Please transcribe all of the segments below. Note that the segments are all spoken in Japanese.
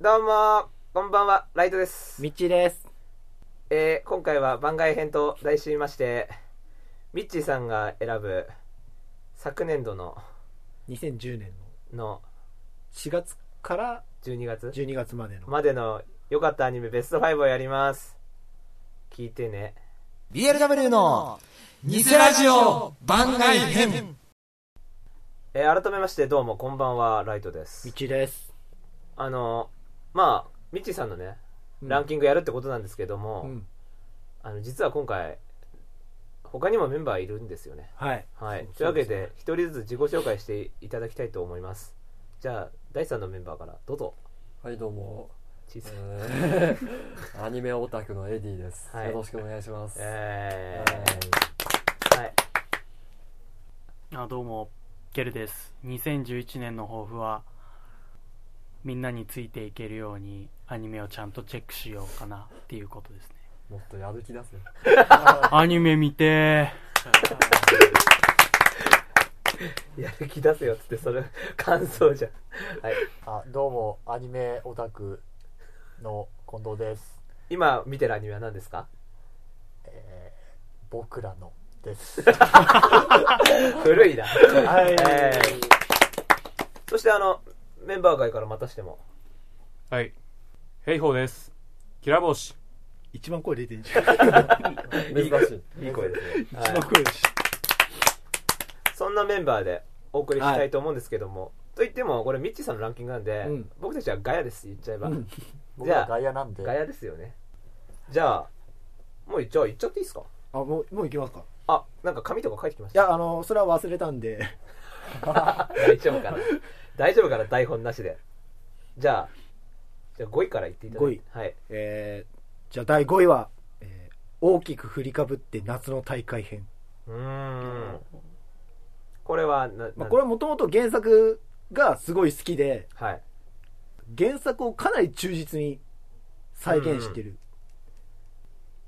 どうもーこんばんは、ライトです。みっちーです。えー今回は番外編と題しまして、ミッチーさんが選ぶ昨年度の2010年のの4月から12月12月までの。までの良かったアニメベスト5をやります。聞いてね。 BLW のニセラジオ番外編えー改めましてどうもこんばんは、ライトですみっ。ちーです。あのーまあ、ミッチーさんのね、ランキングやるってことなんですけども、うん。あの実は今回、他にもメンバーいるんですよね。はい。はいそ、というわけで、そ一人ずつ自己紹介していただきたいと思いますじゃあ第3のメンバーからどうぞはいどう も、小さいえーアニメオタクのエディです、はいよろしくお願いします、えーはいあどうもゲルです2011年の抱負はみんなについていけるようにアニメをちゃんとチェックしようかなっていうことですねもっとやる気出せよアニメ見てやる気出せよっつってそれ感想じゃんはいあどうもアニメオタクの近藤です、今見てるアニメは何ですかえー僕らのです古いな、はいえーそしてあのメンバー外からまたしてもはい。ヘイホーです。きらぼし。一番声出てんじゃん。珍しいいい声ですね、一はい番声出し。そんなメンバーでお送りしたいと思うんですけども、と言ってもこれミッチーさんのランキングなんで、うん僕たちはガヤです言っちゃえば、うん僕ら外野なんでガヤですよねじゃあもうじゃあ行っちゃっていいですかあ、もう、もう行きますか。あなんか紙とか書いてきましいたや、あの、それは忘れたんで。 大丈夫かな大丈夫かな台本なしでじゃあじゃあ5位から言っていただいてはいえー、じゃあ第5位は、えー大きく振りかぶって夏の大会編。うーんこれはな、まなあ、これはもともと原作がすごい好きで、はい原作をかなり忠実に再現してる、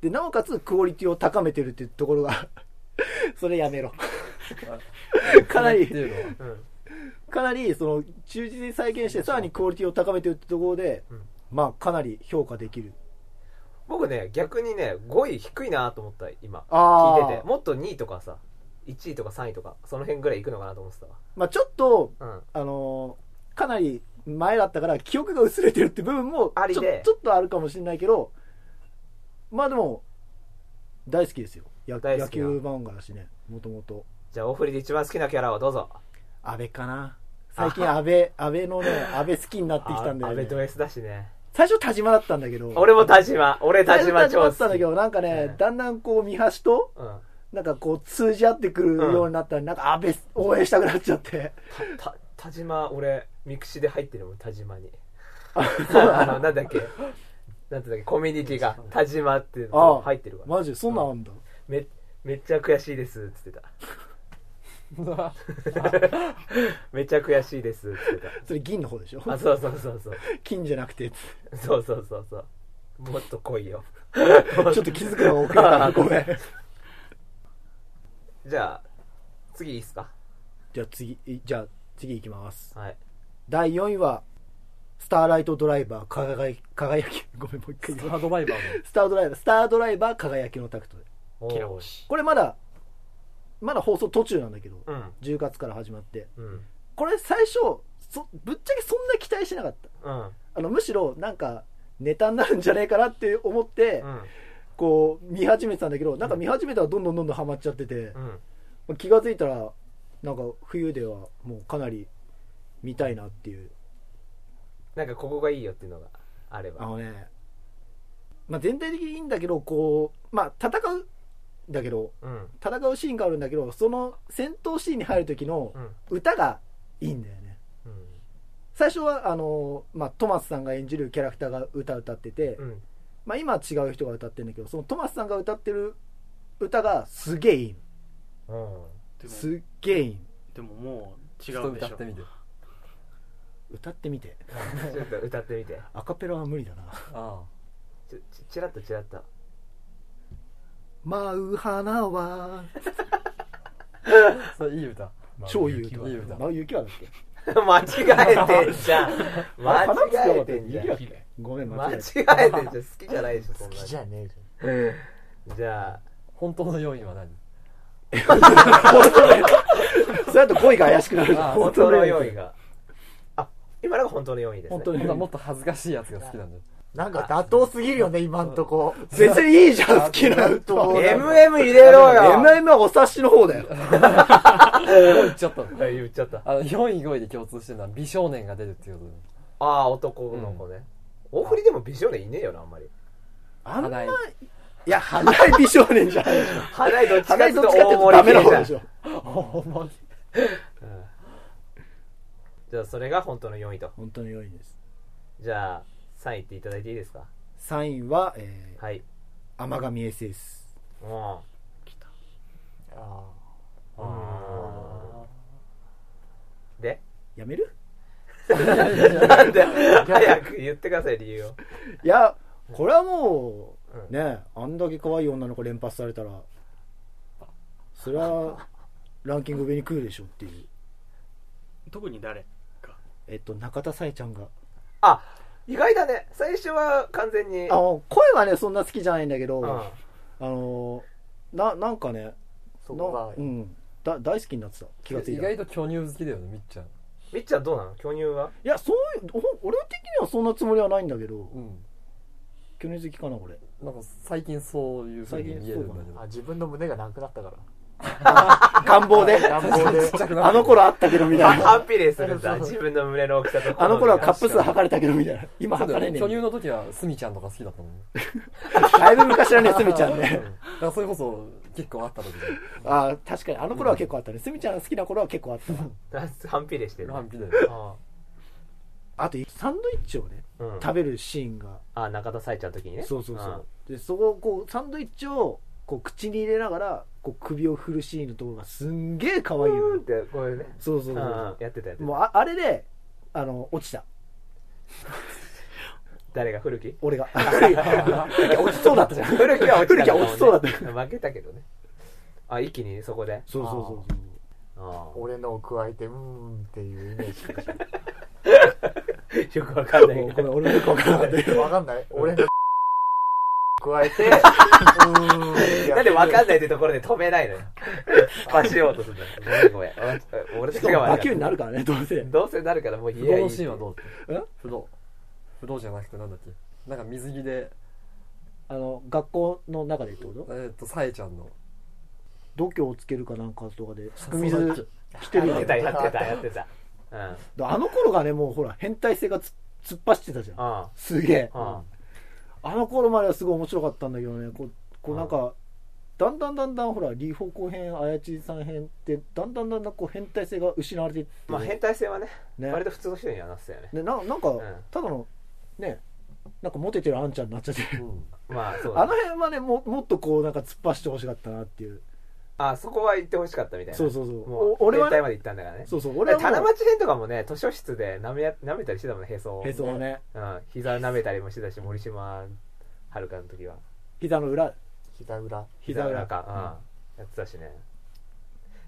でなおかつクオリティを高めてるっていうところが それやめろ かなってりいうのはうんかなりその忠実に再現してさらにクオリティを高めてるってところで、うんまあかなり評価できる僕ね逆にね5位低いなと思った今あ聞ーいててもっと2位とかさ1位とか3位とかその辺ぐらいいくのかなと思ってたわまあちょっとうんあのーかなり前だったから記憶が薄れてるって部分もありちょでちょっとあるかもしれないけどまあでも大好きですよ野大好野きな球漫画だしねもともとじゃあ大振りで一番好きなキャラはどうぞ安倍かな最近安倍安倍のね安倍好きになってきたんだあ安よ倍ねド S だしね最初田島だったんだけど俺も田島俺田最初島田島だ超った好んだきけどなんかうねんだんだんこう三橋とうんなんかこう通じ合ってくるようになったらなんか安倍応援したくなっちゃってた田島俺ミクシで入ってるもん田島にあ あのなんだっけなんてだっけコミュニティが田島っていうの入ってるからマジそんなんあんだめめっちゃ悔しいですっつってた めっちゃ悔しいですっつってそれ銀の方でしょたあそうそうそうそう 金じゃなくてそうそうそうそうもっと来いよちょっと気づくのが遅れたなごめんじゃあ次いいっすかじゃあ次いじゃあ次いきますはい第4位はスターライトドライバー輝き輝きごめんもう一回言うアドバイバーのスタードライバースタードライバー輝きのタクトでおーキラ星これまだ、まだ放送途中なんだけど、うん10月から始まって。うんこれ最初、そぶっちゃけそんな期待しなかった。うんうんあの、むしろなんか、ネタになるんじゃねえかなって思って、こう、見始めてたんだけど、なんか見始めたらどんどんどんどんハマっちゃっててう、ん気がついたら、なんか冬ではもうかなり見たいなっていう。なんかここがいいよっていうのがあれあばのね、まあ全体的にいいんだけど、こう、まあ戦うんだけど、うん戦うシーンがあるんだけど、その戦闘シーンに入る時のうん歌がいいんだよね。うん最初はあの、まあ、トマスさんが演じるキャラクターが歌歌ってて、うんまあ、今は違う人が歌ってるんだけどそのトマスさんが歌ってる歌がすげえいいうんでのもすっげえいいのでももう違ちょっとうで歌しっょてみて歌ってみて ちょっと歌ってみてアカペラは無理だなあちょちチラッとチラッと「舞う花はあそれいい歌」超いい歌いい歌舞う雪はだっ 間違えてん じゃん間違えてんじゃんいいよごめん、間間違違ええた。てんじゃん好きじゃないでしょそん好なきじゃねえじじゃあ本当の要因は何それだと語彙が怪しくなる。あ本当の4位があ今のが本当の4位ですね本当本当はもっに。と恥ずかしいやつが好きなんだよゃんなんか妥当すぎるよね今んとこ別にいいじゃん、好きな歌。当 MM 入れろよ MM はお察しの方だよ。もう言っちゃったのはい言っちゃったあの4位5位で共通してるのは美少年が出るっていうことああ男の子ね、大振りでも美少年いねえよなあんま りあんま、花い井や、花井美少年じゃん。花井どっちかっ花てい井うどとっちかっていうと大ダメ盛り系じな方ゃんでしょ。ほんまにじゃあそれが本当の4位と本当に良いです。じゃあ3位っていただいていいですか3位は、えはいー、甘神 SS。もあううんで やめるなんで早く言ってください理由をいや、これはもうう、ね、あんだけ可愛い女の子連発されたら、それは、ランキング上に来るでしょっていう。特に誰かえっと、中田さえちゃんが。あ意外だね最初は完全にあの、声はね、そんな好きじゃないんだけど、うんあの、な、なんかね、そこながうん、だ大好きになってた。気がつい意た。い外と巨乳好きだよねみっちゃんみっちゃんどうなの巨乳はや、そういう、ほ俺的にはそんなつもりはないんだけど、うん去年好きかな、これ。なんか最近そういう風に見えるんだけあどあ自分の胸がなくなったから願望で。乱暴で あの頃あったけど、みたハいな。ハッピーでするさ自分の胸の大きさと好みあの頃はカップ数測れたけど、みたいな。今そうだ測れねよねえ巨んだ乳よ。の時はスミちゃんとか好きだったもんねだいぶ昔はね、すみちゃん ね。だからそれこそ結構あった時にあー確かに、あの頃は結構あったね。すみちゃんが好きな頃は結構あったわ。ハンピーでしてるランピだよああと、サンドイッチをね、ー、うん、食べるシーンがあ中田さえちゃんの時にねそうそうそう、でそこをこうサンドイッチをこう口に入れながらこう首を振るシーンのところがすんげえ可愛いのうんよってこういうねそうそううんそううんやってたやってたもうああれであの落ちた誰が古木俺が落ちそうだったじゃんそう古木は落ちた古木は落ちそうだったけどね負けたけどねあ一気にそこでそうそうそうあー俺のを加えてうーんっていうイメージ よくわか んないもうけごどめん俺のよく分からなかったけどわかんない俺の加えてうーんってやなんってでるわかんないってところで止めないの よパしようとするのよごめんごめん俺俺たち しかがもバ悪キュいーになるからねどうせどうせなるからもう不言え動ばいのいシーンはどうだっえた不動不動じゃなくてなんだっけなんか水着であの学校の中でってことえーっとさえちゃんの度胸をつけるかなんかとかですく水してるやよってたねやってたやってた うんうんあの頃がねもうほら変態性がつ突っ走ってたじゃんあすげえああの頃まではすごい面白かったんだけどね、こう、こうなんか、だんだんだんだんほら、李方向編、綾地さん編って、だんだんだんだんこう変態性が失われていって、まあ変態性はねね割と普通の人にはなってたよねねななんか、んただの、ね、なんかモテてるあんちゃんになっちゃって、うんまあそうだあの辺はねも、もっとこう、なんか突っ走ってほしかったなっていう。あそこは行ってほしかったみたいなそうそうそう。もうお俺俺ははね、まで行ったんだからねそうそう、俺俺はもう七町編とかもね図書室でなめや舐めたりしてたもんねへそをへそをね、うん、膝舐めたりもしてたし森島遥の時は膝の裏、膝裏膝裏か、うんやってたしね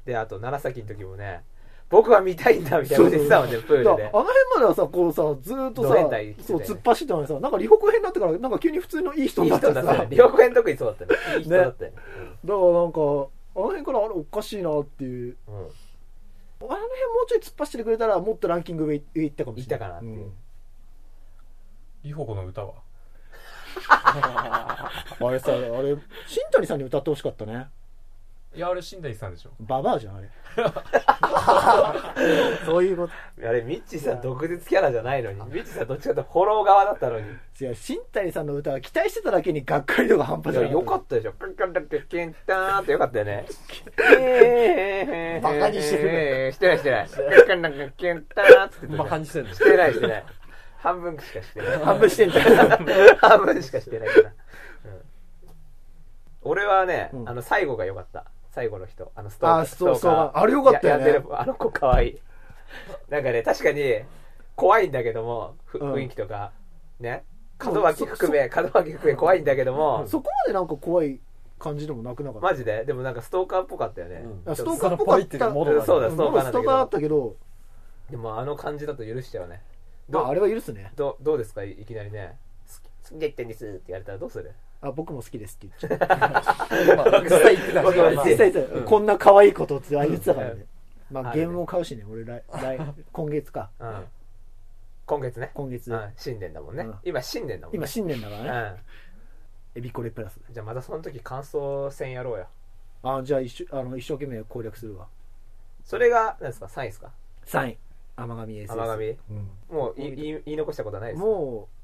であと楢崎の時もね僕は見たいんだみたいなこと言ってたもんねプールだからであの辺まではさ、こうさ、ずーっとどさ、変態来てたそよう、ね突っ走ってたのにさ、なんか李方向編になってから、なんか急に普通のいい人いいにな人 っちゃってだっさたね。両国の時にそうだったねいい人だったよ、だからなんかあの辺からあれおかしいなっていううんうんあの辺もうちょい突っ走ってくれたらもっとランキング上上行ったかもしれな行っいたかなっていうんリホコの歌はあれさあれ新谷さんに歌ってほしかったねいやあれ新大さんでしょババアじゃんあれ そういうことあれミッチーさん毒舌キャラじゃないのにミッチーさんどっちかというとフォロー側だったのにいや新谷さんの歌は期待してただけにがっかり度が半端いじゃやなよかったでしょカンカンカンカンケンターンってよかったよねえーバカにしてるえーしてないしてないカンカンカンカンケンターンって言ってたバカにしてんのしてないしてない半分しかしてない半分してんじゃん半分しかしてないから、うん俺はね、うんあの最後が良かった最後の人あのストーカあーーそうストーカーそうあれ良かったよねややってるあの子可愛いなんかね確かに怖いんだけどもふうん雰囲気とか、ね門脇含め門脇含め怖いんだけども、そこまでなんか怖い感じでもなくなかった、マジででもなんかストーカーっぽかったよね、うんあストーそカーのっぽかポっイってたいうモロだそうだんストーカーなんだけどストーカーだったけどでもあの感じだと許しちゃうねまどあ、あれは許すね。どどうですかいいきなりね「好きで言ってんです」って言われたらどうするあ、僕も好きですって言っちゃまあ、実際言ってたわしかるう。わ実際さ、うんこんな可愛いことってあ言ってたからね。まああ、れねゲームを買うしね、俺来、来、今月か。うん今月ね今月う。ん新年だもんねうん今新年だもんね今、新年だからね。うんエビコレプラス。じゃあまたその時感想戦やろうよあ、じゃあ一緒、あの、一生懸命攻略するわ。それが何ですか3位ですか3位。天神 SS。甘神うんもう言い言い言い残したことはないですかもう、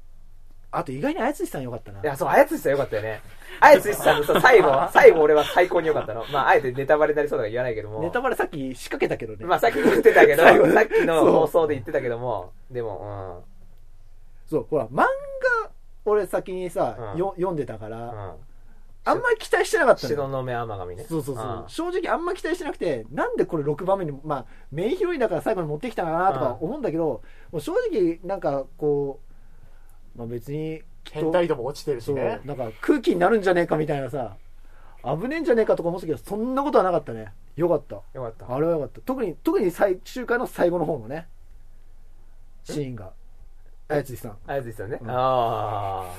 あと意外にあやつしさんよかったな。いや、そう、あやつしさんよかったよね。あやつしさんの さ最後、最後俺は最高に良かったの。まあ、あえてネタバレになりそうだから言わないけども。ネタバレさっき仕掛けたけどね。まあ、さっき言ってたけど、最後ねさっきのそう放送で言ってたけども、でも、そう、ほら、漫画、俺先にさ、うんよ読んでたかうん。ら、うん。あんまり期待してなかった東の。雲甘神ね。そうそうそう、ん正直あんま期待してなくて、なんでこれ6番目に、まあ、メインヒロインだから最後に持ってきたかなとか思うんだけど、もう正直、なんかこう、まあ別に、変態度も落ちてるしそう、ねなんか空気になるんじゃねえかみたいなさ、危ねえんじゃねえかとか思ってたけど、そんなことはなかったね。よかった。よかった。あれはよかった。特に、特に最終回の最後の方のね、シーンが。あやつじさん。あやつしさんね。うんああ。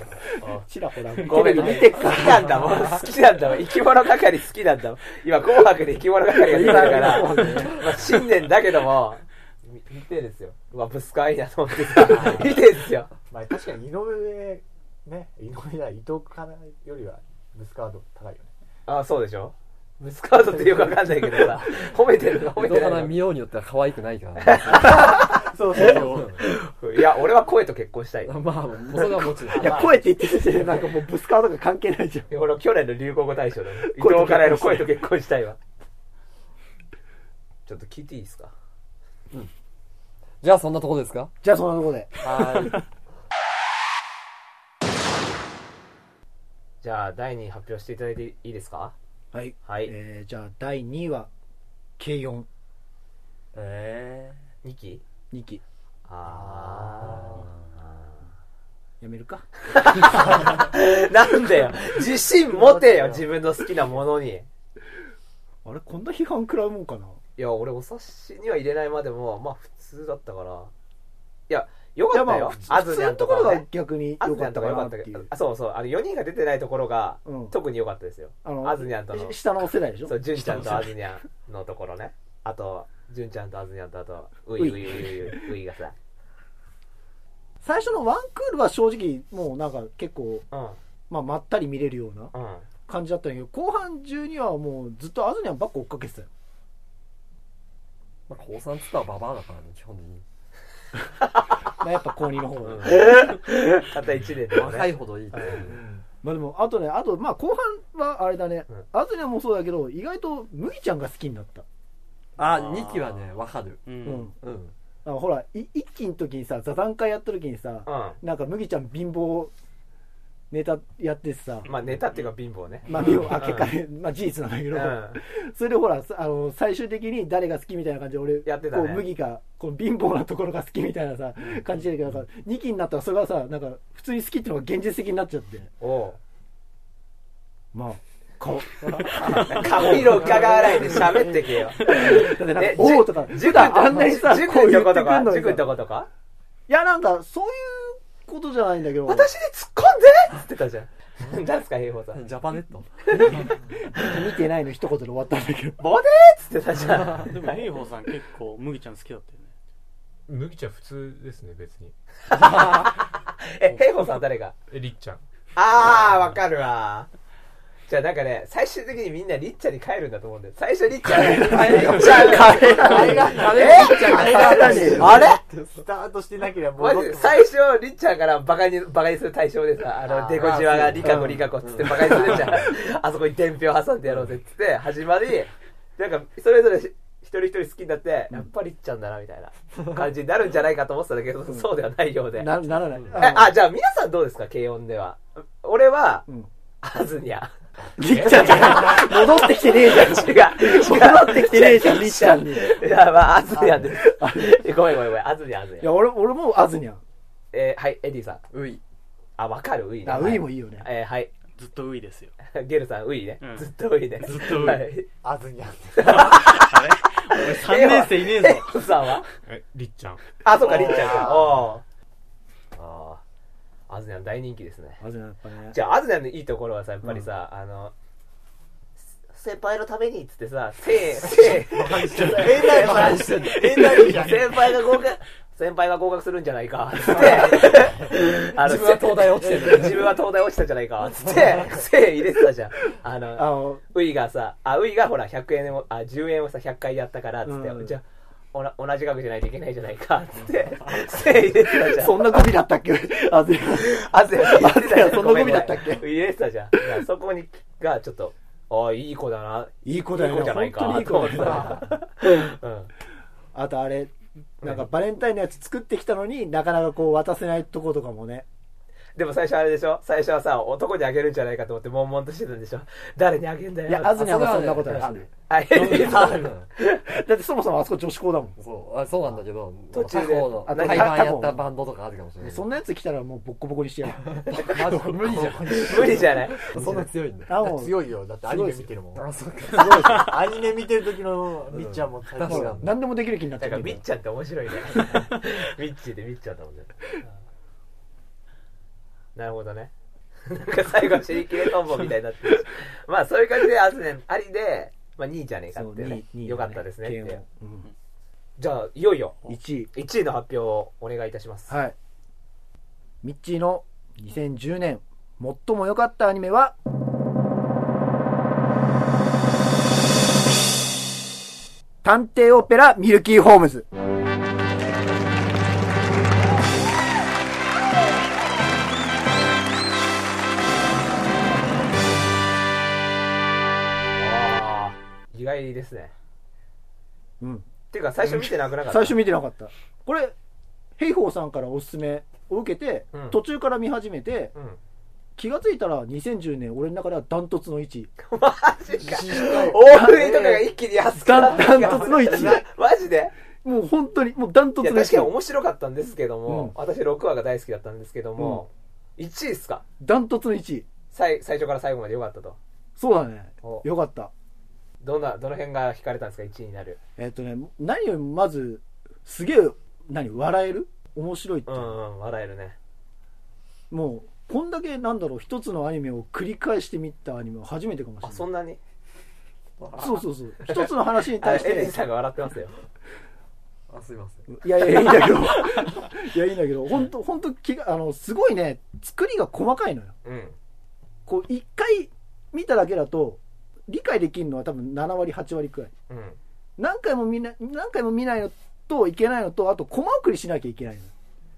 ちらほら、ごめんテね。レビ見てっ好かきなんだもん。好きなんだもん。生き物係好きなんだもん。今、紅白で生き物係が出てるから、まあ、新年だけども、み見てですよ。うわ、ブスかいいなと思ってさ、 見てですよ。まあ、確かに井上ね井上じゃない伊藤かなよりはブスカード高いよねあそうでしょブスカートっていうかわかんないけどさ、褒めてるか褒め江て戸な花い見ようによっては可愛くないからそうそうそうのいや、俺は声と結婚したい。いね。まあ、それはもちろん。いや、声って言ってて、なんかもうブスカーとか関係ないじゃん。や俺は去年の流行語大賞だね。伊 声と結婚したい藤からの声と結婚したいわ。ちょっと聞いていいですかじゃあそんなとこですかじゃあ、そんなとこで。はじゃあ、第2位発表していただいていいですかはい。はい。えー、じゃあ、第2位は、K4、え2期2期。あやめるか。ー。なんだよ。自信持てよ、自分の好きなものに。あれ、こんな批判食らうもんかないや、俺、お察しには入れないまでも、まあ、普通だったから。いや、よいかや、ったまあ、よ普。あず通にゃのんととかころはがね。逆に良あずにかゃっんたとかか良なかっってたけいどう、。あそうそう、あの、4人が出てないところが、うん特に良かったですよ。あのあずにゃんとのし下の世代でしょそう、純ちゃんとあずにゃんのところ ね。あと、純ちゃんとあずにゃんと、あと、ういういういういういがさ。最初のワンクールは正直、もうなんか結構、う、まあ、まったり見れるようなんうん。感じだったんだけど、後半中にはもうずっとあずにゃんばっか追っかけてたよ。まあ、高3っつったらババアだからね、基本的に。まあ、やっぱ高2の方が。たった1年でも若ね。いほどいいっていう。まあでも、あとね、あと、まあ後半はあれだねうん、あずにゃんもそうだけど、意外と麦ちゃんが好きになった。あ、2期はね、わかる。ううんん。うん。あのほら、い一期の時にさ、座談会やった時にさう、ん。なんか麦ちゃん貧乏ネタやってさ、まあ、ネタっていうか貧乏ね。まあ、貧乏、あ、結果ね、まあ事実なんだけうど、ん。それでほら、さあの、最終的に誰が好きみたいな感じで、俺、やってたこねう、麦が、この貧乏なところが好きみたいなさ、感じだけど、なんか、2期になったらそれがさ、なんか、普通に好きっていうのが現実的になっちゃって。おう。まあ、 顔。髪の伺わないで喋ってけよ。だってなんかえ、じおおとか、普段あんなにさ、塾こう言のっこてくとんか、のに塾さのことかいや、なんか、そういうことじゃないんだけど、私に突っ込んでって言ってたじゃん。 何すか、平方さん。ジャパネット見てないの一言で終わったんだけど。ボデーっつってたじゃ ん。 でも、平方さん結構、麦ちゃん好きだったよね。麦ちゃん普通ですね、別に。え、平方さんは誰がえ、りっちゃん。あー、わかるわ。じゃあなんかね、最終的にみんなリッチャに帰るんだと思うんだよ。最初リッチャに。リッチャに。あれがあれあれスタートしてなければマ戻っジてでも最初、リッチャーからバカに、バカにする対象でさ、ああの、ーデコじわがそうリカゴリカゴっつってバカにするじゃん。あそこに伝票挟んでやろうぜっつって、始まり、なんか、それぞれし一人一人好きになって、やっぱりリッチャーだな、みたいな感じになるんじゃないかと思ってたんだけど、そうではないようで。え、な、ならない。あ、じゃあ皆さんどうですか軽音では。俺はう、ん。アズニャ。りっちゃんじゃん戻ってきてねえじゃん。違う、違う。戻ってきてねえじゃん、りっちゃんに。いいや、まあ、アズニャです。ごめんごめんごめん、アズニャ、アズニャ。や、俺、俺もあずにゃん。えーはい、エディさん。うい。あ、わかるウイね。あ、ういもいいよね。えーはい。ずっとウイですよ。 ゲルさん、ウイねう。んずっとウイね。ずっとウイはいあずにゃんあれ俺3年生いね えぞヘイホさんはえ、りっちゃん。あ、そうか、りっちゃんか。あーおーああ。アズニャン大人気ですね。あずなやっぱねじゃあ、アズニャンのいいところはさ、やっぱりさ、あの、せ先輩のためにっつってさ、せい、せい、先輩の話してんの先輩が合格、先輩が合格するんじゃないか、つって。あの自分は東大落ちてる自分は東大落ちたじゃないか、つって、せい入れてたじゃん。あの、あのウイがさ、あ、ウイがほら、100円を、あ、10円をさ、100回やったから、つって、うんじゃあおな同じ額じゃないといけないじゃない か、つって、せ入れてたじゃん。そんなゴミだったっけあずなあずや入れてたじゃん。そんなゴミだったっけごめんごめん入れてたじゃん。いやそこに、が、ちょっと、あいい子だな。いい子だよいい子じゃないか本当にいい子だようん。あとあれなんかバレンタインのやつ作ってきたのになかなかこう渡せないとことかもねでも最初あれでしょ最初はさ、男にあげるんじゃないかと思って、悶々としてたんでしょ誰にあげんだよ。いやあずにゃんはそんなことはしないあ、ええそうだってそもそもあそこ女子校だもん そうあそうなんだけど途中で他校のあ対何バンやったバンドとかあるかもしれないそんなやつ来たらもうボッコボコにしてや るマジ無理じゃん無理じゃないそんな強いんだあもう強いよ。だってアニメ見てるもん。あそうかアニメ見てる時のみっちゃんも最確高かだにもん。何でもできる気になっちなゃんか、うみっちゃんって面白いね。みっちーでみっちゃんだもんね。なるほどね。なんか最後、シリキレトンボみたいになってるしまあ、そういう感じで、あずねんありで、まあ、2位じゃねえかっていうね。よかったですねっていう。じゃあ、いよいよ、 1位1位の発表をお願いいたします。はいミッチーの2010年最も良かったアニメは探偵オペラミルキーホームズあー意外ですね。うんっていうか、最初見てなくなかった。最初見てなかったこれヘイホーさんからおすすめを受けて、うん途中から見始めてうん。気がついたら2010年俺の中ではダントツの1位マジか。大食いとかが一気に安くなった。ダンダントツの一位 マジでもう本当にもうダントいツや、の確かに1位面白かったんですけども、うん私6話が大好きだったんですけども、1位っすかダントツの1位最最初から最後まで良かったと。そうだねおよかったどんな、どの辺が惹かれたんですか ?1 位になる。えっ、とね何よりもまずすげえ何笑える面白いってう、んうん、笑えるね。もうこんだけなんだろう一つのアニメを繰り返して見たアニメは初めてかもしれあ、ないそんなにそうそうそう一つの話にあ、対エしレンてさんが笑ってますよ。あすいませんいやいやいいんだけど いやいいんだけど本当本当気があのすごいね作りが細かいのようん。こう一回見ただけだと理解できるのは多分7割8割くらいうん。何回も見ない何回も見ないのといけないのとあとコマ送りしなきゃいけないの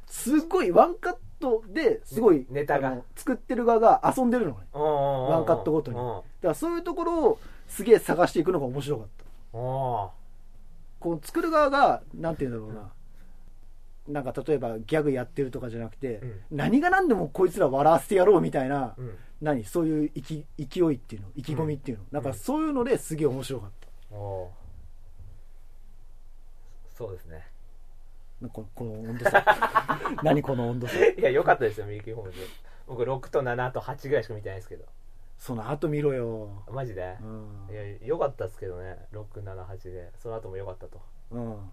すっごいワンカットですごいネタがあの作ってる側が遊んでるのねワワンカットごとにおだからそういうところをすげえ探していくのが面白かったおこう作る側がなんて言うんだろうななんか例えばギャグやってるとかじゃなくて、うん何が何でもこいつら笑わせてやろうみたいな、うん。何そういう勢勢いっていうの意気込みっていうの、なんかそういうのですげえ面白かったおーそうですね。 なんかここの温度差何この温度差いや、良かったですよ、ミルキーホームズ。僕6と7と8ぐらいしか見てないですけど。その後見ろよマジでう、んいや、良かったですけどね。6、7、8で。その後も良かったと。うん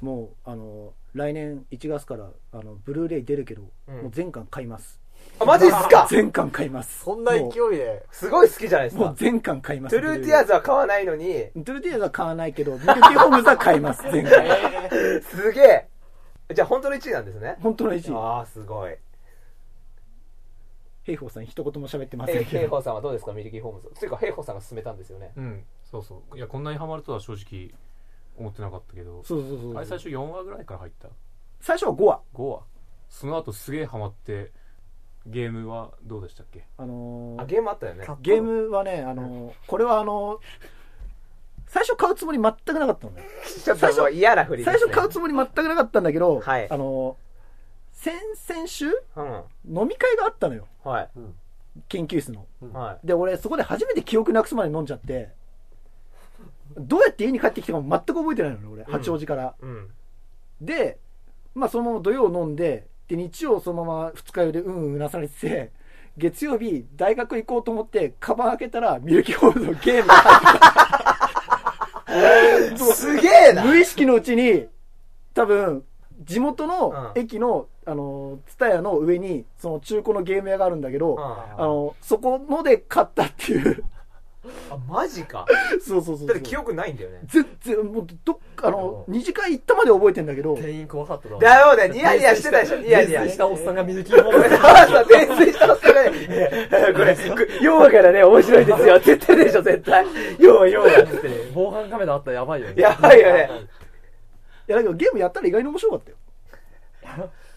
もうあの来年1月からあのブルーレイ出るけど、うんもう全巻買いますあ、マジっすか全巻買いますそんな勢いもで。すごい好きじゃないですうもかう。全巻買いますトゥルーティアーズズは買わない のに、トゥルーティアーズは買わないけどミルキーホームズは買います 全巻すげえじゃあ本当の1位なんですね。本当の1位ああ、すごい。平方さん一言も喋ってませえ、んヘイけホどーさんはどうですかミルキーホームズ。というか、ヘイホーさんが勧めたんですよね。うん。そうそう。いや、こんなにハマるとは正直思ってなかったけど、そうそうそうあれそ最う初4話ぐらいから入った最初は5話 ?5 話。その後すげえハマって、ゲームはどうでしたっけあのあ、ーゲームあったよね。ゲームはね、あのーこれはあのー最初買うつもり全くなかったのねちょっともう嫌なふりです最ね。初買うつもり全くなかったんだけど、はいあの先々週うん。飲み会があったのよはい。研究室のはで俺そこで初めて記憶なくすまで飲んじゃってどうやって家に帰ってきたかも全く覚えてないのね俺うん八王子から、い。うん。で、まあ、そのまま土曜飲んでで日曜そのまま二日酔いでうんうんうなされてて月曜日大学行こうと思ってカバン開けたらミルキーホールのゲームが入ってげえな無意識のうちに、多分、地元のうん駅の、あの、ツタヤの上に、その中古のゲーム屋があるんだけど、ああの、そこので買ったって いう。マジかそうそうそうそう。だって記憶ないんだよね全然、もう、どっか、あの、二次会行ったまで覚えてんだけど、店員怖かっただろだよねニヤニヤしてたでしょニヤニヤ泥酔ししてたおっさんが水着を持ってた そうそう泥酔したおっさんがねこれ4話からね面白いですよって言ってるでしょ絶対4話4話ってね防犯カメラあったらやばいよ ねやばいよねいやだけどゲームやったら意外に面白かっ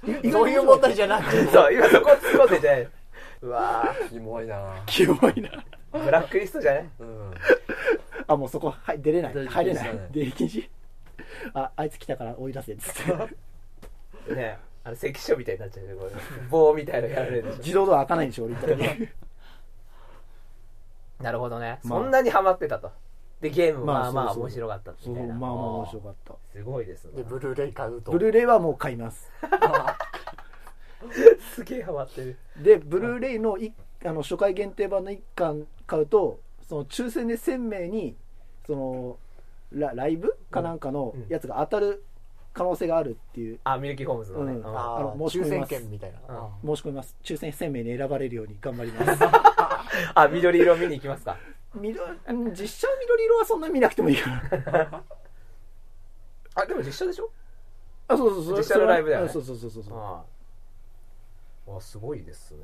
た よ。意そう外いにう面白問かった題じゃなくて。そう今そこ突っ込んでんじゃないうわキモいなキ モいな。ーブラックリストじゃねうんあ、もうそこ、はい、出れな出い。入り入れない禁止だね。出入り禁止あ、あいつ来たから追い出せ、っつって。 ねあの関所みたいになっちゃうねこれ棒みたいなのやられるでし自動ドア開かないんでしょ、俺みたいに。ょなるほどねまあそんなにハマってたとでゲームもまあまあまあそうそう面白かったみた そ、いうまなあまあ面白かった。すごいですねで、ブルーレイ買うと。ブルーレイはもう買います。すげえハマってるで、ブルーレイの一あの初回限定版の1巻買うと、その抽選で1000名に、そのラライブかなんかのやつが当たる可能性があるっていう、あミルキーホームズのね、うんうんあああ、の申し抽込み選ます券みたいな。うん申し込みます。抽選1000名に選ばれるように頑張ります。 あ緑色見に行きますか緑うん実写は緑色はそんな見なくても いいからあでも実写でしょあそうそうそう実写のライブだよねうんそうそうそうそうそうああすごいですね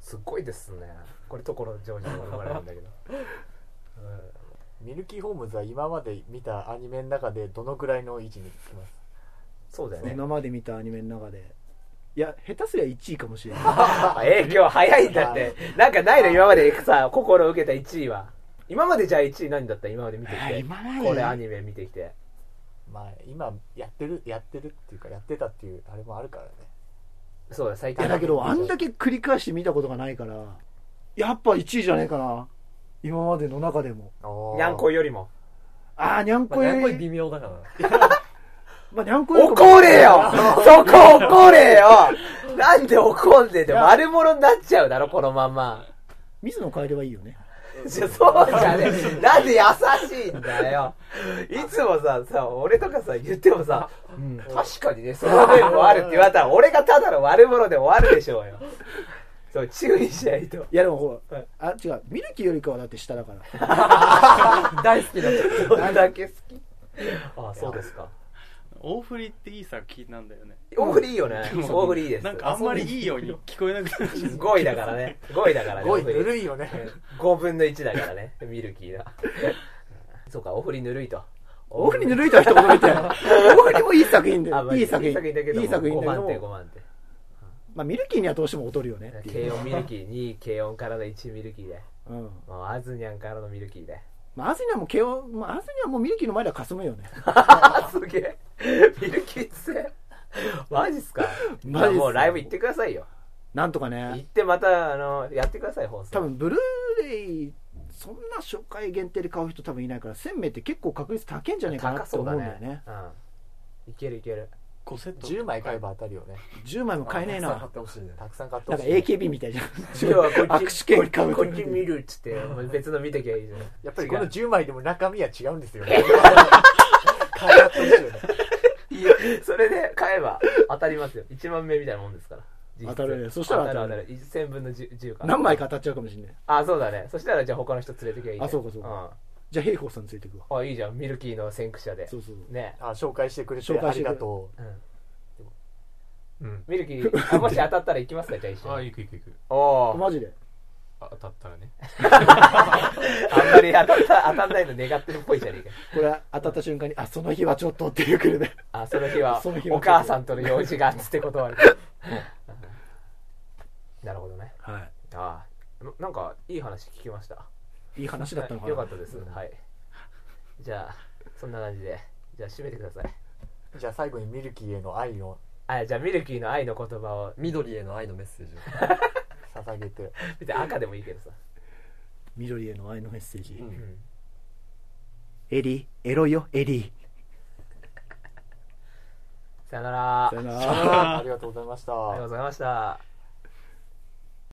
すっごいですねこれ所ジョージの我々なんだ けどミルキーホームズは今まで見たアニメの中でどのくらいの位置につきますそうだよね今まで見たアニメの中でいや下手すりゃ1位かもしれな いあえ今日早いんだってなんかないの今までさ心を受けた1位は今までじゃあ1位何だった今まで見てきえーて今までこれアニメ見てきてまあ、今やってる、やってるっていうか、やってたっていう、あれもあるからね。そうだ最い近やだけどあんだけ繰り返して見たことがないからやっぱ1位じゃねえかな今までの中でもにゃんこい。よりもああにゃんまこあ、よやっぱりり微妙だから まあにゃんこより怒れよ そこ怒れよなんで怒んでて丸物になっちゃうだろこのまんま水野楓はいいよね じゃそうじゃねえなんで優しいんだよいつもささ俺とかさ言ってもさ、うん、確かにねその面もあるって言われたら俺がただの悪者で終わるでしょうよそう注意しないといやでもほら、はいあ違うミルキーよりかはだって下だ から大好きだどんだけ好きあそうですか大振りっていい作品なん だよね大振りいいよねうん大振りいいですなんかあんまりいいように聞こえなくなっちゃう5位だからね5位だからね5位、大ぬ振りるいよね。 5分の1だからねミルキーがそうか大振りぬるいと奥にぬるいとは一言見て 奥にもいい作品だあまよあいい作品いい作品だけどいい作品5だけ番手ど5番手まあ、ミルキーにはどうしても劣るよねっていう、 K4 ミルキー2 K4 からの1ミルキーでうんもうアズニャンからのミルキー でまあ、アズニはもう KO、まあ、アズニはもうミルキーの前ではかすむよねすげえミルキーっつってマジっすかマジっすよもうライブ行ってくださいよなんとか行っねてまたあのやってください放送多分ブルーレイそんな初回限定で買う人多分いないから1000名って結構確率高いんじゃないかな高ってそう思だうんねだよねうんいけるいける5セット10枚買えば当たるよね。 10枚も買えねえ買っなてほしいねたくさん買ってなんほかしい。 AKB み たいじゃん今日はこっち握手券買うこっち見るっつって別の見ときゃいいじゃんやっぱりこの違う10枚でも中身は違うんです よね。買い合ってほしいよね。いやそれで買えば当たりますよ1万目みたいなもんですから実質当たるねそしたら当当たたるる当たる1000分の 10, 10か何枚か当たっちゃうかもしれないあそうだねそしたらじゃあ他の人連れてきゃいいねあそうかそうかじゃあ平子さんついてくわうんあいいじゃんミルキーの先駆者でそうそうねあ紹介してくれて紹介あしてりくれがとう。うんミルキ ーあもし当たったら行きますかじゃあ一あ緒あに行く行く行くおおマジであ当たったらねあんまり当たった当たんないの願ってるっぽいじゃねえこれ当たった瞬間にあその日はちょっとっていうくらいでかあその日はその日はお母さんとの用事がっつって断るなるほどねはああななんかいい話聞きましたいいい話だったのかなよかったです、はいじゃあそんな感じでじゃあ締めてくださいじゃあ最後にミルキーへの愛をあじゃあミルキーの愛の言葉を緑への愛のメッセージを捧げて。見て赤でもいいけどさ緑への愛のメッセージ、んエリーエロいよエリさよならあーりさよならありがとうございました。がとうございました